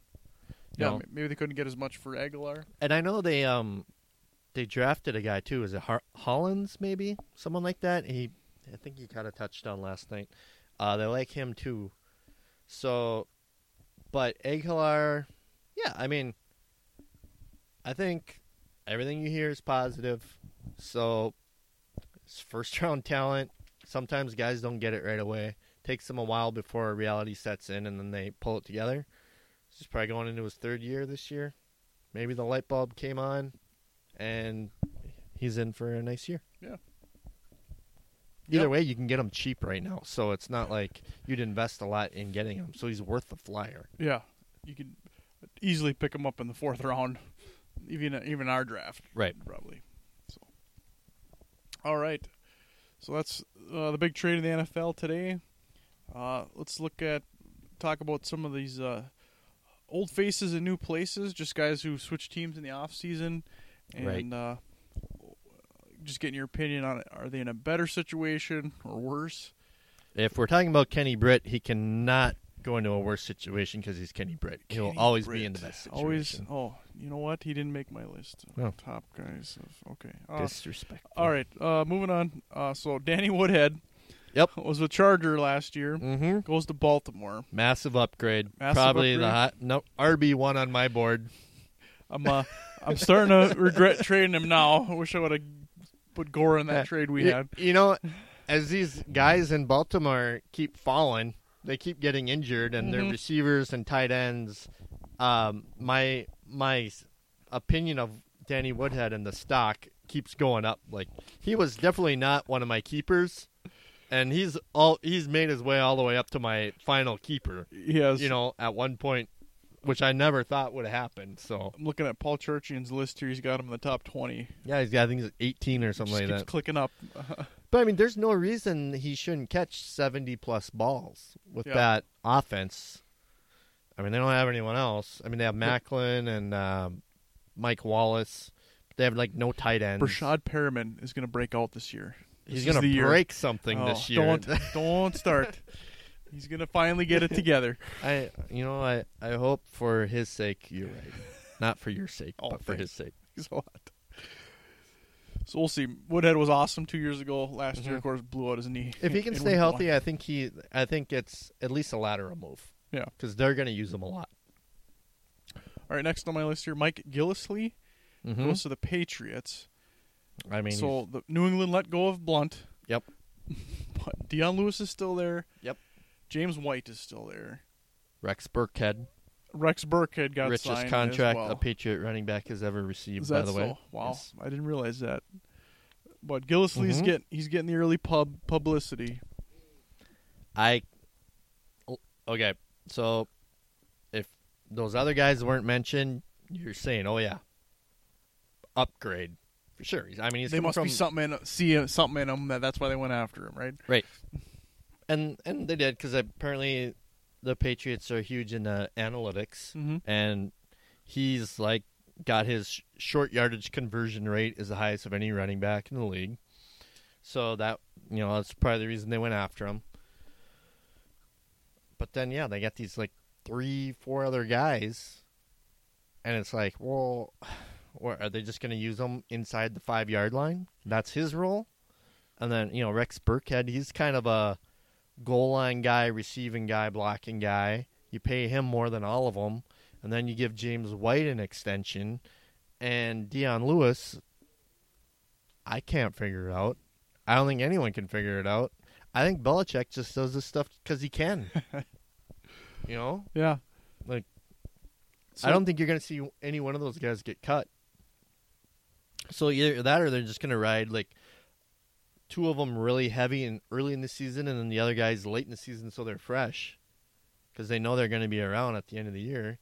Speaker 3: yeah.
Speaker 4: No.
Speaker 3: ma- Maybe they couldn't get as much for Aguilar.
Speaker 4: And I know they um they drafted a guy too. Is it Har- Hollins maybe someone like that? He I think he caught a touchdown last night. Uh, they like him too. So, but Aguilar, yeah, I mean, I think everything you hear is positive. So, it's first [laughs] round talent. Sometimes guys don't get it right away. Takes them a while before reality sets in, and then they pull it together. He's probably going into his third year this year maybe the light bulb came on and he's in for a nice year.
Speaker 3: Yeah.
Speaker 4: Either
Speaker 3: Yep.
Speaker 4: way, you can get him cheap right now. So it's not like you'd invest a lot in getting him. So he's worth the flyer.
Speaker 3: Yeah, you could easily pick him up in the fourth round, even even our draft,
Speaker 4: Right.
Speaker 3: probably. So, all right, so that's uh, the big trade in the NFL today. Uh, let's look at talk about some of these uh, old faces in new places, just guys who switch teams in the off season, and uh, just getting your opinion on it. Are they in a better situation or worse?
Speaker 4: If we're talking about Kenny Britt, he cannot go into a worse situation because he's Kenny Britt. He'll
Speaker 3: Kenny
Speaker 4: always be
Speaker 3: Britt.
Speaker 4: in the best situation.
Speaker 3: Always. Oh, you know what? He didn't make my list. of
Speaker 4: Oh.
Speaker 3: Top guys. of- Okay. Uh,
Speaker 4: disrespectful.
Speaker 3: all right. Uh, moving on. Uh, so Danny Woodhead. [laughs]
Speaker 4: Yep.
Speaker 3: Was a Charger last year.
Speaker 4: Mm-hmm.
Speaker 3: Goes to Baltimore.
Speaker 4: Massive upgrade.
Speaker 3: Massive
Speaker 4: Probably the
Speaker 3: upgrade.
Speaker 4: hot. No RB one on my board.
Speaker 3: I'm. Uh, I'm starting
Speaker 4: [laughs]
Speaker 3: to regret trading him now. I wish I would have put Gore in that
Speaker 4: Yeah.
Speaker 3: trade we
Speaker 4: you,
Speaker 3: had.
Speaker 4: you know, as these guys in Baltimore keep falling, they keep getting injured, and their
Speaker 3: Mhm.
Speaker 4: receivers and tight ends. Um, my my s- opinion of Danny Woodhead and the stock keeps going up. Like he was definitely not one of my keepers, and he's all he's made his way all the way up to my final keeper.
Speaker 3: Yes.
Speaker 4: You know, at one point, which I never thought would happen. So
Speaker 3: I'm looking at Paul Churchian's list here. He's got him in the top 20.
Speaker 4: yeah, he's got I think he's 18 or something
Speaker 3: Just
Speaker 4: like
Speaker 3: keeps
Speaker 4: that.
Speaker 3: clicking up.
Speaker 4: But I mean, there's no reason he shouldn't catch 70 plus balls with
Speaker 3: Yeah.
Speaker 4: that offense. I mean, they don't have anyone else. I mean, they have Macklin and um, Mike Wallace. They have like no tight ends.
Speaker 3: Brashad Perriman is going to break out this year.
Speaker 4: He's
Speaker 3: this is
Speaker 4: gonna
Speaker 3: the year.
Speaker 4: break something
Speaker 3: Oh,
Speaker 4: this year. [laughs]
Speaker 3: Don't don't start. He's going to finally get it together.
Speaker 4: I, you know, I, I hope for his sake you're right, not for your sake,
Speaker 3: Oh,
Speaker 4: but for his
Speaker 3: thanks.
Speaker 4: sake.
Speaker 3: [laughs] Thanks a lot. So we'll see. Woodhead was awesome two years ago. Last year,
Speaker 4: Mhm.
Speaker 3: of course, blew out his knee.
Speaker 4: If he
Speaker 3: in
Speaker 4: can
Speaker 3: week
Speaker 4: stay
Speaker 3: one.
Speaker 4: healthy, I think he, I think it's at least a lateral move.
Speaker 3: Yeah.
Speaker 4: because they're gonna use him a lot.
Speaker 3: All right, next on my list here, Mike Gillisley
Speaker 4: Mhm.
Speaker 3: goes to the Patriots.
Speaker 4: I mean, he's-
Speaker 3: so the New England let go of Blunt.
Speaker 4: Yep.
Speaker 3: But Deion Lewis is still there.
Speaker 4: Yep.
Speaker 3: James White is still there.
Speaker 4: Rex Burkhead.
Speaker 3: Rex Burkhead got signed
Speaker 4: richest
Speaker 3: as
Speaker 4: contract
Speaker 3: well.
Speaker 4: a Patriot running back has ever received.
Speaker 3: Is
Speaker 4: by
Speaker 3: that
Speaker 4: the way,
Speaker 3: so? Wow,
Speaker 4: Yes.
Speaker 3: I didn't realize that. But Gillisley's
Speaker 4: Mhm.
Speaker 3: get he's getting the early pub publicity.
Speaker 4: I o- okay. So if those other guys weren't mentioned, you're saying, oh yeah, upgrade for sure. He's- I mean, he's
Speaker 3: they
Speaker 4: coming
Speaker 3: must
Speaker 4: from,
Speaker 3: be something in see something in him that that's why they went after him, right?
Speaker 4: and and they did because apparently the Patriots are huge in uh, analytics,
Speaker 3: Mm-hmm.
Speaker 4: and he's like got his sh- short yardage conversion rate is the highest of any running back in the league. So that you know that's probably the reason they went after him. But then yeah, they got these like three, four other guys, and it's like, well, [sighs] what, are they just going to use him inside the five yard line? That's his role. And then you know Rex Burkhead, he's kind of a goal line guy, receiving guy, blocking guy. You pay him more than all of them, and then you give James White an extension, and Dion Lewis. I can't figure it out. I don't think anyone can figure it out. I think Belichick just does this stuff because he can. you know,
Speaker 3: Yeah.
Speaker 4: like
Speaker 3: So-
Speaker 4: I don't think you're going to see any one of those guys get cut. So either that or they're just going to ride like two of them really heavy and early in the season, and then the other guys late in the season, so they're fresh because they know they're going to be around at the end of the year.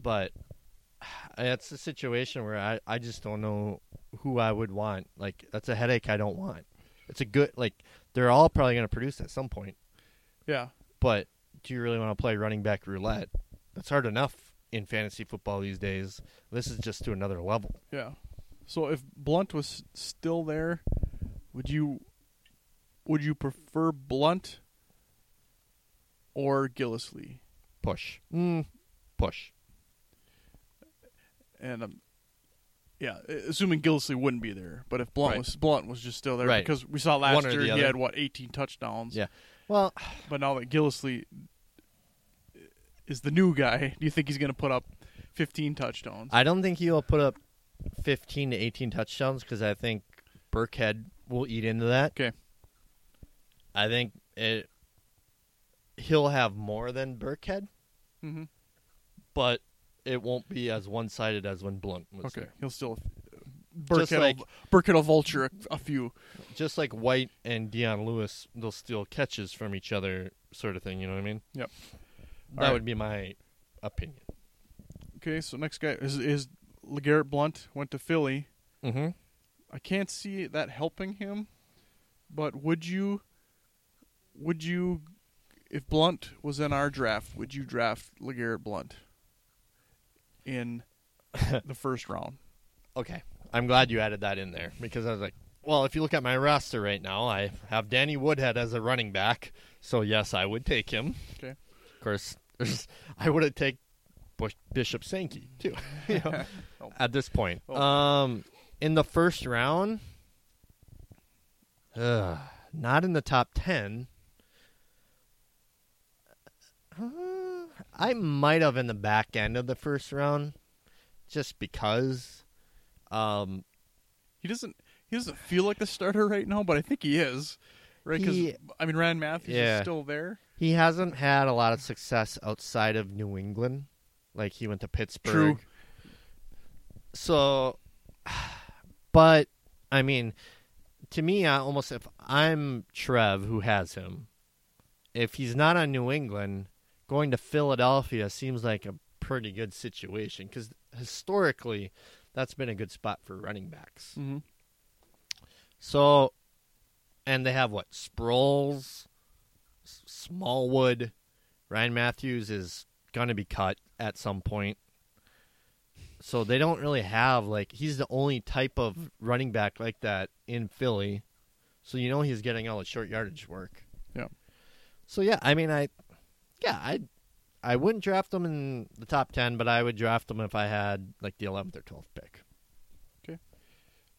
Speaker 4: But [sighs] that's a situation where I, I just don't know who I would want. Like that's a headache I don't want. It's a good like they're all probably going to produce at some point
Speaker 3: Yeah.
Speaker 4: but do you really want to play running back roulette? That's hard enough in fantasy football these days. This is just to another level.
Speaker 3: Yeah. So if Blunt was still there, would you would you prefer Blunt or Gillisley?
Speaker 4: Push. Mm, push.
Speaker 3: And um, yeah, a- assuming Gillisley wouldn't be there, but if Blunt
Speaker 4: Right.
Speaker 3: was Blunt was just still there
Speaker 4: Right.
Speaker 3: because we saw
Speaker 4: One
Speaker 3: last
Speaker 4: or
Speaker 3: year
Speaker 4: the
Speaker 3: he
Speaker 4: other.
Speaker 3: had what 18 touchdowns.
Speaker 4: Yeah. Well,
Speaker 3: But now that Gillisley is the new guy, do you think he's going to put up 15 touchdowns?
Speaker 4: I don't think he'll put up 15 to 18 touchdowns because I think Burkhead will eat into that.
Speaker 3: Okay.
Speaker 4: I think it, he'll have more than Burkhead,
Speaker 3: mm-hmm.
Speaker 4: but it won't be as one sided as when Blunt was
Speaker 3: Okay,
Speaker 4: there.
Speaker 3: he'll still
Speaker 4: Just
Speaker 3: Burkett
Speaker 4: like-
Speaker 3: will, Burkett will vulture a, a few.
Speaker 4: just like White and Deion Lewis, they'll steal catches from each other, sort of thing. You know what I mean?
Speaker 3: Yep.
Speaker 4: That
Speaker 3: Alright.
Speaker 4: would be my opinion.
Speaker 3: Okay, so next guy is is Legarrette Blunt went to Philly.
Speaker 4: Mm-hmm.
Speaker 3: I can't see that helping him, but would you? Would you, if Blunt was in our draft, would you draft Legarrette Blunt
Speaker 4: [laughs]
Speaker 3: in the first round?
Speaker 4: Okay. I'm glad you added that in there because I was like, well, if you look at my roster right now, I have Danny Woodhead as a running back, so yes, I would take him.
Speaker 3: Okay.
Speaker 4: Of course, there's, I would have taken Bush, Bishop Sankey too. [laughs] you know,
Speaker 3: Oh.
Speaker 4: At this point,
Speaker 3: Oh.
Speaker 4: um, in the first round, ugh, not in the top ten. Uh, I might have in the back end of the first round, just because. Um,
Speaker 3: He doesn't. He doesn't feel like the starter right now, but I think he is, right? Because
Speaker 4: He-
Speaker 3: I mean, Rand Matthews
Speaker 4: Yeah.
Speaker 3: is still there.
Speaker 4: He hasn't had a lot of success outside of New England. Like he went to
Speaker 3: True.
Speaker 4: Pittsburgh. So, [sighs] but I mean, to me, I almost if I'm Trev who has him, if he's not on New England, going to Philadelphia seems like a pretty good situation because historically, that's been a good spot for running backs.
Speaker 3: Mm-hmm.
Speaker 4: So, and they have what Sproles, S- Smallwood, Ryan Matthews is going to be cut at some point. So they don't really have like he's the only type of running back like that in Philly. So you know he's getting all the short yardage work.
Speaker 3: Yeah.
Speaker 4: So yeah, I mean I, yeah I, I wouldn't draft him in the top ten, but I would draft him if I had like the eleventh or twelfth pick.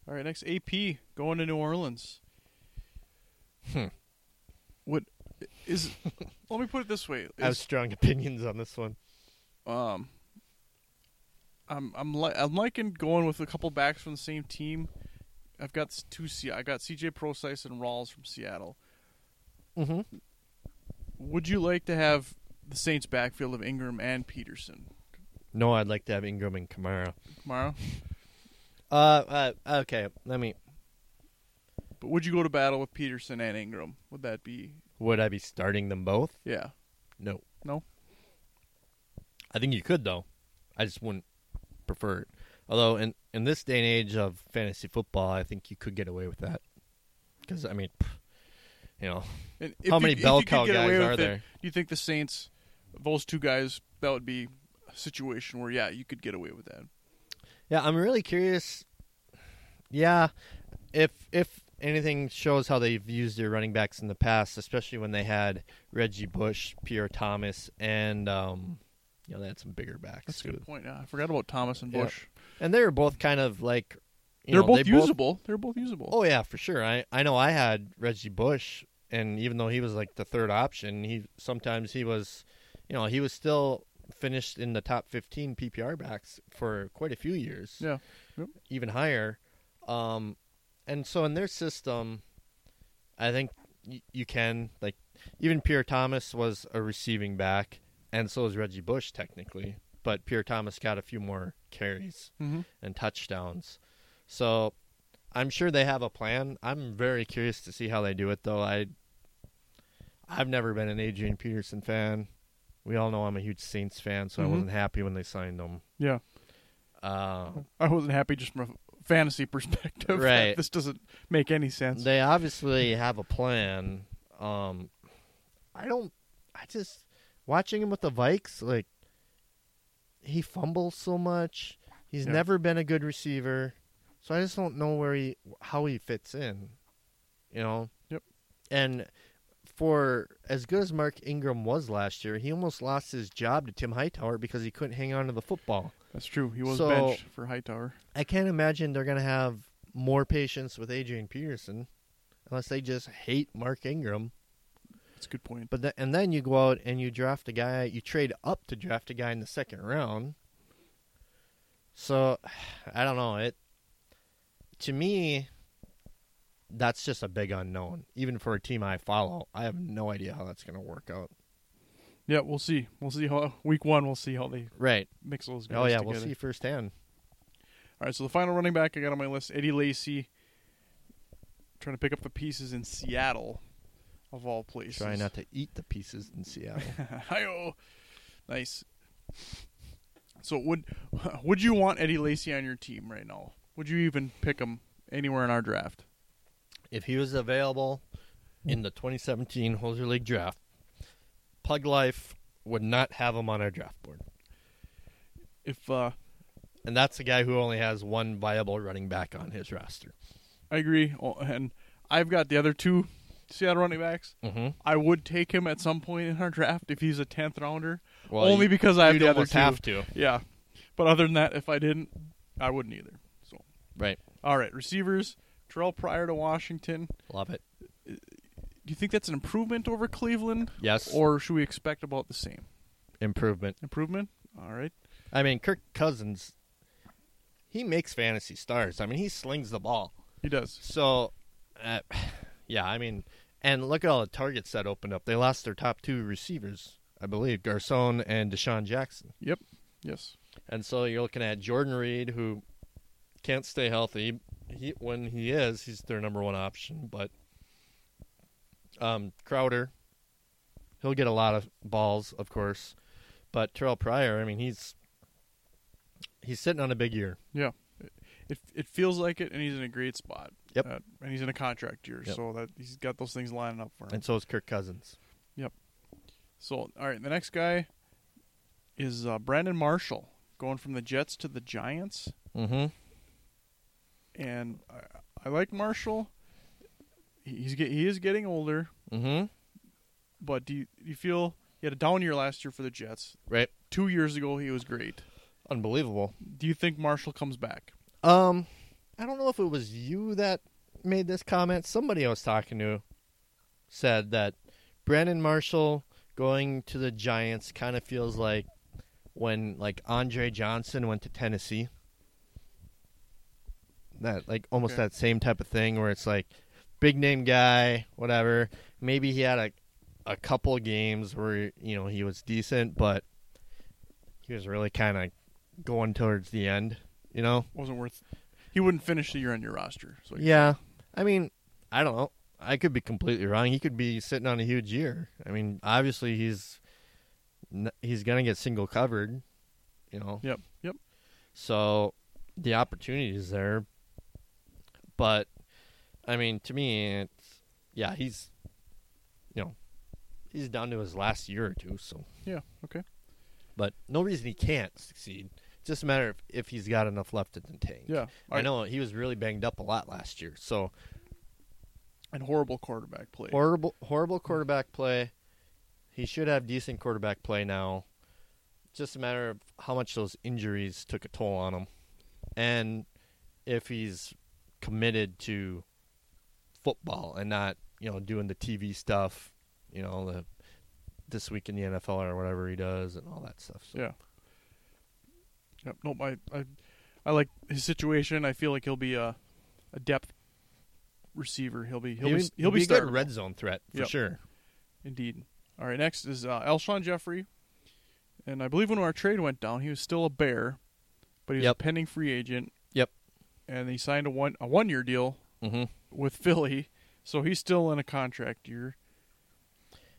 Speaker 3: All right, next AP going to New Orleans.
Speaker 4: Hmm.
Speaker 3: What is? let me put it this way:
Speaker 4: [laughs] I have
Speaker 3: is,
Speaker 4: strong opinions on this one.
Speaker 3: um, I'm I'm li- I'm liking going with a couple backs from the same team. I've got s- two C. I got CJ Procise and Rawls from Seattle.
Speaker 4: Mm-hmm.
Speaker 3: Would you like to have the Saints backfield of Ingram and Peterson?
Speaker 4: No, I'd like to have Ingram and Kamara.
Speaker 3: Kamara?
Speaker 4: Uh, uh okay. Let me.
Speaker 3: But would you go to battle with Peterson and Ingram? Would that be?
Speaker 4: Would I be starting them both?
Speaker 3: Yeah.
Speaker 4: No.
Speaker 3: No?
Speaker 4: I think you could though. I just wouldn't prefer it. Although in in this day and age of fantasy football, I think you could get away with that. Because I mean, pff, you know,
Speaker 3: And if
Speaker 4: how
Speaker 3: you-
Speaker 4: many
Speaker 3: if you
Speaker 4: bell
Speaker 3: could
Speaker 4: cow
Speaker 3: get
Speaker 4: guys
Speaker 3: away
Speaker 4: are
Speaker 3: with it,
Speaker 4: there?
Speaker 3: Do you think the Saints, those two guys, that would be a situation where yeah, you could get away with that?
Speaker 4: Yeah, I'm really curious. Yeah, if if anything shows how they've used their running backs in the past, especially when they had Reggie Bush, Pierre Thomas, and um, you know they had some bigger backs
Speaker 3: That's a
Speaker 4: too.
Speaker 3: good point. Yeah, I forgot about Thomas and
Speaker 4: Yeah.
Speaker 3: Bush.
Speaker 4: And they were both kind of like you
Speaker 3: They're
Speaker 4: know,
Speaker 3: both
Speaker 4: they
Speaker 3: usable. They're both usable.
Speaker 4: Oh yeah, for sure. I I know I had Reggie Bush, and even though he was like the third option, he sometimes he was, you know, he was still finished in the top fifteen PPR backs for quite a few years.
Speaker 3: Yeah. Yep.
Speaker 4: even higher. Um, and so in their system, I think y- you can like even Pierre Thomas was a receiving back, and so is Reggie Bush technically, but Pierre Thomas got a few more carries
Speaker 3: Mm-hmm.
Speaker 4: and touchdowns. So I'm sure they have a plan. I'm very curious to see how they do it though. I I've never been an Adrian Peterson fan. We all know I'm a huge Saints fan, so
Speaker 3: Mhm.
Speaker 4: I wasn't happy when they signed him.
Speaker 3: Yeah.
Speaker 4: Uh,
Speaker 3: I wasn't happy just from a fantasy [laughs] perspective.
Speaker 4: Right.
Speaker 3: This doesn't make any sense.
Speaker 4: they obviously have a plan. Um, I don't. I just watching him with the Vikes. Like he fumbles so much. He's
Speaker 3: Yeah.
Speaker 4: never been a good receiver, so I just don't know where he how he fits in. You know.
Speaker 3: Yep.
Speaker 4: And for as good as Mark Ingram was last year, he almost lost his job to Tim Hightower because he couldn't hang on to the football.
Speaker 3: That's true. He was
Speaker 4: So-
Speaker 3: benched for Hightower.
Speaker 4: I can't imagine they're going to have more patience with Adrian Peterson unless they just hate Mark Ingram.
Speaker 3: That's a good point.
Speaker 4: But th- and then you go out and you draft a guy, you trade up to draft a guy in the second round. So [sighs] I don't know, it to me that's just a big unknown. Even for a team I follow, I have no idea how that's going to work out.
Speaker 3: Yeah, we'll see. We'll see how week one. We'll see how they
Speaker 4: Right.
Speaker 3: mix those guys.
Speaker 4: Oh yeah,
Speaker 3: together.
Speaker 4: we'll see firsthand.
Speaker 3: All right, so the final running back I got on my list, Eddie Lacy, trying to pick up the pieces in Seattle, of all places. [laughs]
Speaker 4: Try not to eat the pieces in Seattle.
Speaker 3: Hi-oh. Nice. So would would you want Eddie Lacy on your team right now? Would you even pick him anywhere in our draft?
Speaker 4: if he was available in the 2017 Hoser League draft, Pug Life would not have him on our draft board.
Speaker 3: If uh,
Speaker 4: And that's a guy who only has one viable running back on his roster.
Speaker 3: I agree, oh, and I've got the other two Seattle running backs,
Speaker 4: Mm-hmm.
Speaker 3: I would take him at some point in our draft if he's a tenth rounder.
Speaker 4: Well,
Speaker 3: only
Speaker 4: you-
Speaker 3: because I have
Speaker 4: you'd
Speaker 3: the other
Speaker 4: almost
Speaker 3: two.
Speaker 4: have to.
Speaker 3: Yeah, but other than that, if I didn't, I wouldn't either. So
Speaker 4: Right.
Speaker 3: All right, receivers. Terrell Pryor to Washington.
Speaker 4: Love it.
Speaker 3: Do you think that's an improvement over Cleveland,
Speaker 4: Yes.
Speaker 3: or should we expect about the same
Speaker 4: improvement.
Speaker 3: improvement? All right,
Speaker 4: I mean, Kirk Cousins, he makes fantasy stars. I mean, he slings the ball.
Speaker 3: he does.
Speaker 4: So, uh, yeah, I mean, and look at all the targets that opened up. They lost their top two receivers, I believe, Garcon and Deshaun Jackson.
Speaker 3: Yep, yes,
Speaker 4: And so you're looking at Jordan Reed, who can't stay healthy. He when he is, he's their number one option. But um, Crowder, he'll get a lot of balls, of course. But Terrell Pryor, I mean, he's he's sitting on a big year.
Speaker 3: yeah. It it feels like it, and he's in a great spot.
Speaker 4: Yep.
Speaker 3: Uh, and he's in a contract year,
Speaker 4: Yep.
Speaker 3: so that he's got those things lining up for him.
Speaker 4: And so is Kirk Cousins.
Speaker 3: So, all right, the next guy is uh, Brandon Marshall going from the Jets to the Giants.
Speaker 4: Mm-hmm.
Speaker 3: and I, I like Marshall. He- He's get, he is getting older,
Speaker 4: Mm-hmm.
Speaker 3: but do you, do you feel he had a down year last year for the Jets?
Speaker 4: Right.
Speaker 3: Two years ago, he was great.
Speaker 4: Unbelievable.
Speaker 3: Do you think Marshall comes back?
Speaker 4: Um, I don't know if it was you that made this comment. Somebody I was talking to said that Brandon Marshall going to the Giants kind of feels like when like Andre Johnson went to Tennessee. That like almost
Speaker 3: Okay.
Speaker 4: that same type of thing where it's like big name guy, whatever. Maybe he had a a couple games where you know he was decent, but he was really kind of going towards the end, you know.
Speaker 3: Wasn't worth. He wouldn't finish the year on your roster. So
Speaker 4: Yeah, I mean, I don't know. I could be completely wrong. He could be sitting on a huge year. I mean, obviously he's n- he's gonna get single covered, you know.
Speaker 3: Yep. Yep.
Speaker 4: So the opportunity is there, but I mean, to me, it's yeah, he's you know he's down to his last year or two. So,
Speaker 3: Yeah. Okay.
Speaker 4: but no reason he can't succeed. Just a matter of if he's got enough left in the tank.
Speaker 3: Yeah.
Speaker 4: I know he was really banged up a lot last year, so
Speaker 3: and horrible quarterback play.
Speaker 4: Horrible, horrible quarterback play. He should have decent quarterback play now. Just a matter of how much those injuries took a toll on him, and if he's committed to football and not, you know, doing the TV stuff, you know, the this week in the NFL or whatever he does and all that stuff. So
Speaker 3: Yeah. Yep. Nope. I, I, I like his situation. I feel like he'll be a, a depth receiver. He'll be he'll be he'll be,
Speaker 4: a good
Speaker 3: startable.
Speaker 4: red zone threat for
Speaker 3: Yep.
Speaker 4: sure.
Speaker 3: Indeed. All right. Next is uh, Alshon Jeffrey, and I believe when our trade went down, he was still a bear, but he was
Speaker 4: Yep.
Speaker 3: a pending free agent.
Speaker 4: Yep.
Speaker 3: And he signed a one a one year deal
Speaker 4: Mm-hmm.
Speaker 3: with Philly, so he's still in a contract year.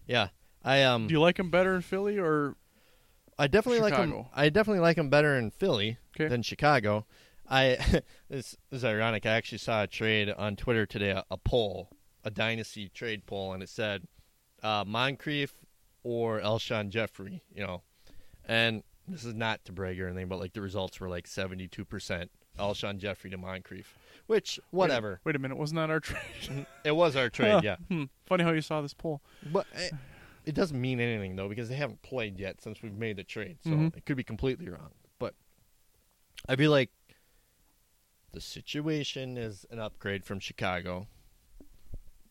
Speaker 4: Yeah, I um.
Speaker 3: Do you like him better in Philly or
Speaker 4: I definitely like him.
Speaker 3: Chicago.
Speaker 4: I definitely like him better in Philly
Speaker 3: 'Kay.
Speaker 4: than Chicago. I [laughs] this is ironic. I actually saw a trade on Twitter today, a, a poll, a dynasty trade poll, and it said uh, Moncrief or Elshon Jeffrey. You know, and this is not to brag or anything, but like the results were like seventy two percent Elshon Jeffrey to Moncrief, which whatever.
Speaker 3: Wait, a minute, wasn't that our [laughs] trade?
Speaker 4: It was our
Speaker 3: [laughs]
Speaker 4: trade, yeah,
Speaker 3: Hmm, Funny how you saw this poll.
Speaker 4: but. It, it doesn't mean anything though because they haven't played yet since we've made the trade, so
Speaker 3: Mhm.
Speaker 4: it could be completely wrong. But I feel like the situation is an upgrade from Chicago,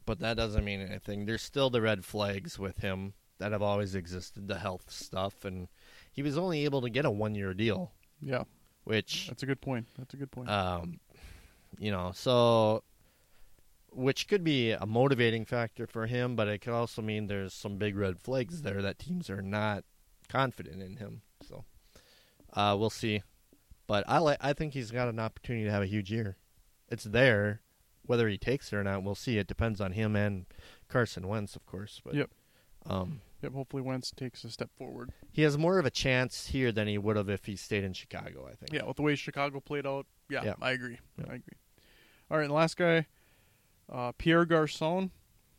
Speaker 4: but that doesn't mean anything. There's still the red flags with him that have always existed, the health stuff, and he was only able to get a one-year deal,
Speaker 3: Yeah,
Speaker 4: which
Speaker 3: that's a good point. That's a good point.
Speaker 4: um, you know, so which could be a motivating factor for him, but it could also mean there's some big red flags there that teams are not confident in him. So uh, we'll see. But I li- I think he's got an opportunity to have a huge year. It's there, whether he takes it or not, we'll see. It depends on him and Carson Wentz, of course. But
Speaker 3: Yep.
Speaker 4: um,
Speaker 3: Yep, hopefully Wentz takes a step forward.
Speaker 4: he has more of a chance here than he would have if he stayed in Chicago. I think.
Speaker 3: Yeah, with the way Chicago played out, yeah,
Speaker 4: Yeah.
Speaker 3: I agree.
Speaker 4: Yeah.
Speaker 3: I agree. All right, and last guy, uh, Pierre Garcon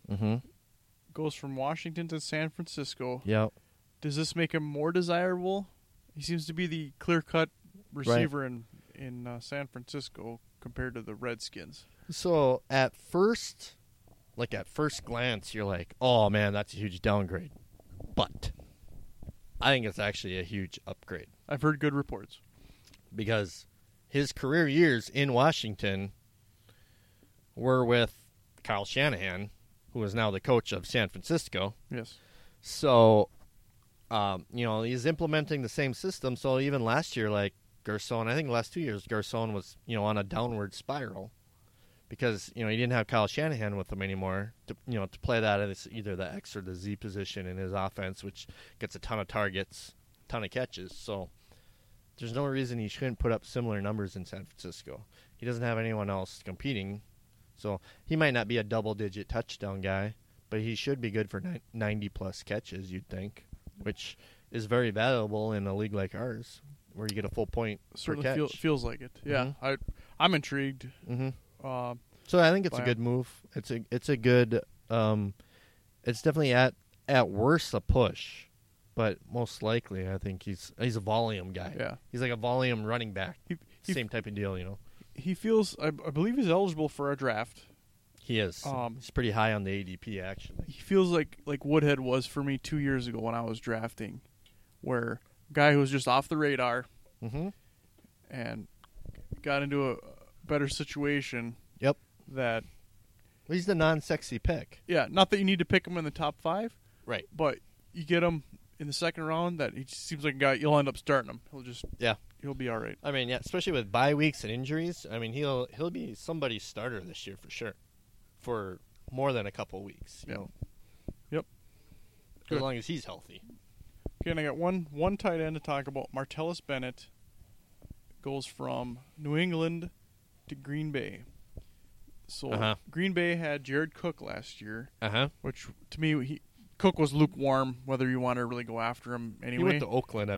Speaker 4: hmm
Speaker 3: goes from Washington to San Francisco.
Speaker 4: Yep.
Speaker 3: Does this make him more desirable? He seems to be the clear-cut receiver in in uh, San Francisco compared to the Redskins.
Speaker 4: So at first, like at first glance, you're like, "Oh man, that's a huge downgrade," but I think it's actually a huge upgrade
Speaker 3: I've heard good reports.
Speaker 4: because his career years in Washington were with Kyle Shanahan, who is now the coach of San Francisco.
Speaker 3: Yes.
Speaker 4: So, um, you know, he's implementing the same system. So even last year, like Garcon, I think the last two years, Garcon was you know on a downward spiral because you know he didn't have Kyle Shanahan with him anymore. To, you know, to play that as either the X or the Z position in his offense, which gets a ton of targets, ton of catches. So there's no reason he shouldn't put up similar numbers in San Francisco. He doesn't have anyone else competing, so he might not be a double-digit touchdown guy but he should be good for ni- 90 plus catches, you'd think, which is very valuable in a league like ours where you get a full point
Speaker 3: Certainly
Speaker 4: per
Speaker 3: feel,
Speaker 4: catch.
Speaker 3: feels like it. Yeah, I I'm intrigued.
Speaker 4: hmm
Speaker 3: Uh,
Speaker 4: So I think it's a
Speaker 3: Wow.
Speaker 4: good move. It's a it's a good um it's definitely at at worst a push, but most likely I think he's he's a volume guy.
Speaker 3: yeah,
Speaker 4: He's like a volume running back.
Speaker 3: he he,
Speaker 4: Same type of deal, you know.
Speaker 3: he feels. I, I believe he's eligible for a draft.
Speaker 4: He is.
Speaker 3: Um,
Speaker 4: he's pretty high on the ADP actually.
Speaker 3: he feels like like Woodhead was for me two years ago when I was drafting, where guy who was just off the radar
Speaker 4: Mhm.
Speaker 3: and got into a better situation.
Speaker 4: Yep.
Speaker 3: That
Speaker 4: He's the non-sexy pick.
Speaker 3: yeah, not that you need to pick him in the top five,
Speaker 4: Right.
Speaker 3: but you get him in the second round. That he just seems like a guy you'll end up starting him. He'll just
Speaker 4: Yeah.
Speaker 3: he'll be all right.
Speaker 4: I mean, yeah, especially with bye weeks and injuries. I mean, he'll he'll be somebody's starter this year for sure, for more than a couple weeks. You
Speaker 3: Yeah.
Speaker 4: know.
Speaker 3: Yep. Good.
Speaker 4: As long as he's healthy.
Speaker 3: Okay, and I got one one tight end to talk about. Martellus Bennett goes from New England to Green Bay. So
Speaker 4: Uh-huh.
Speaker 3: Green Bay had Jared Cook last year,
Speaker 4: Uh huh.
Speaker 3: which to me he Cook was lukewarm whether you want to really go after him
Speaker 4: He
Speaker 3: anyway.
Speaker 4: went to Oakland, I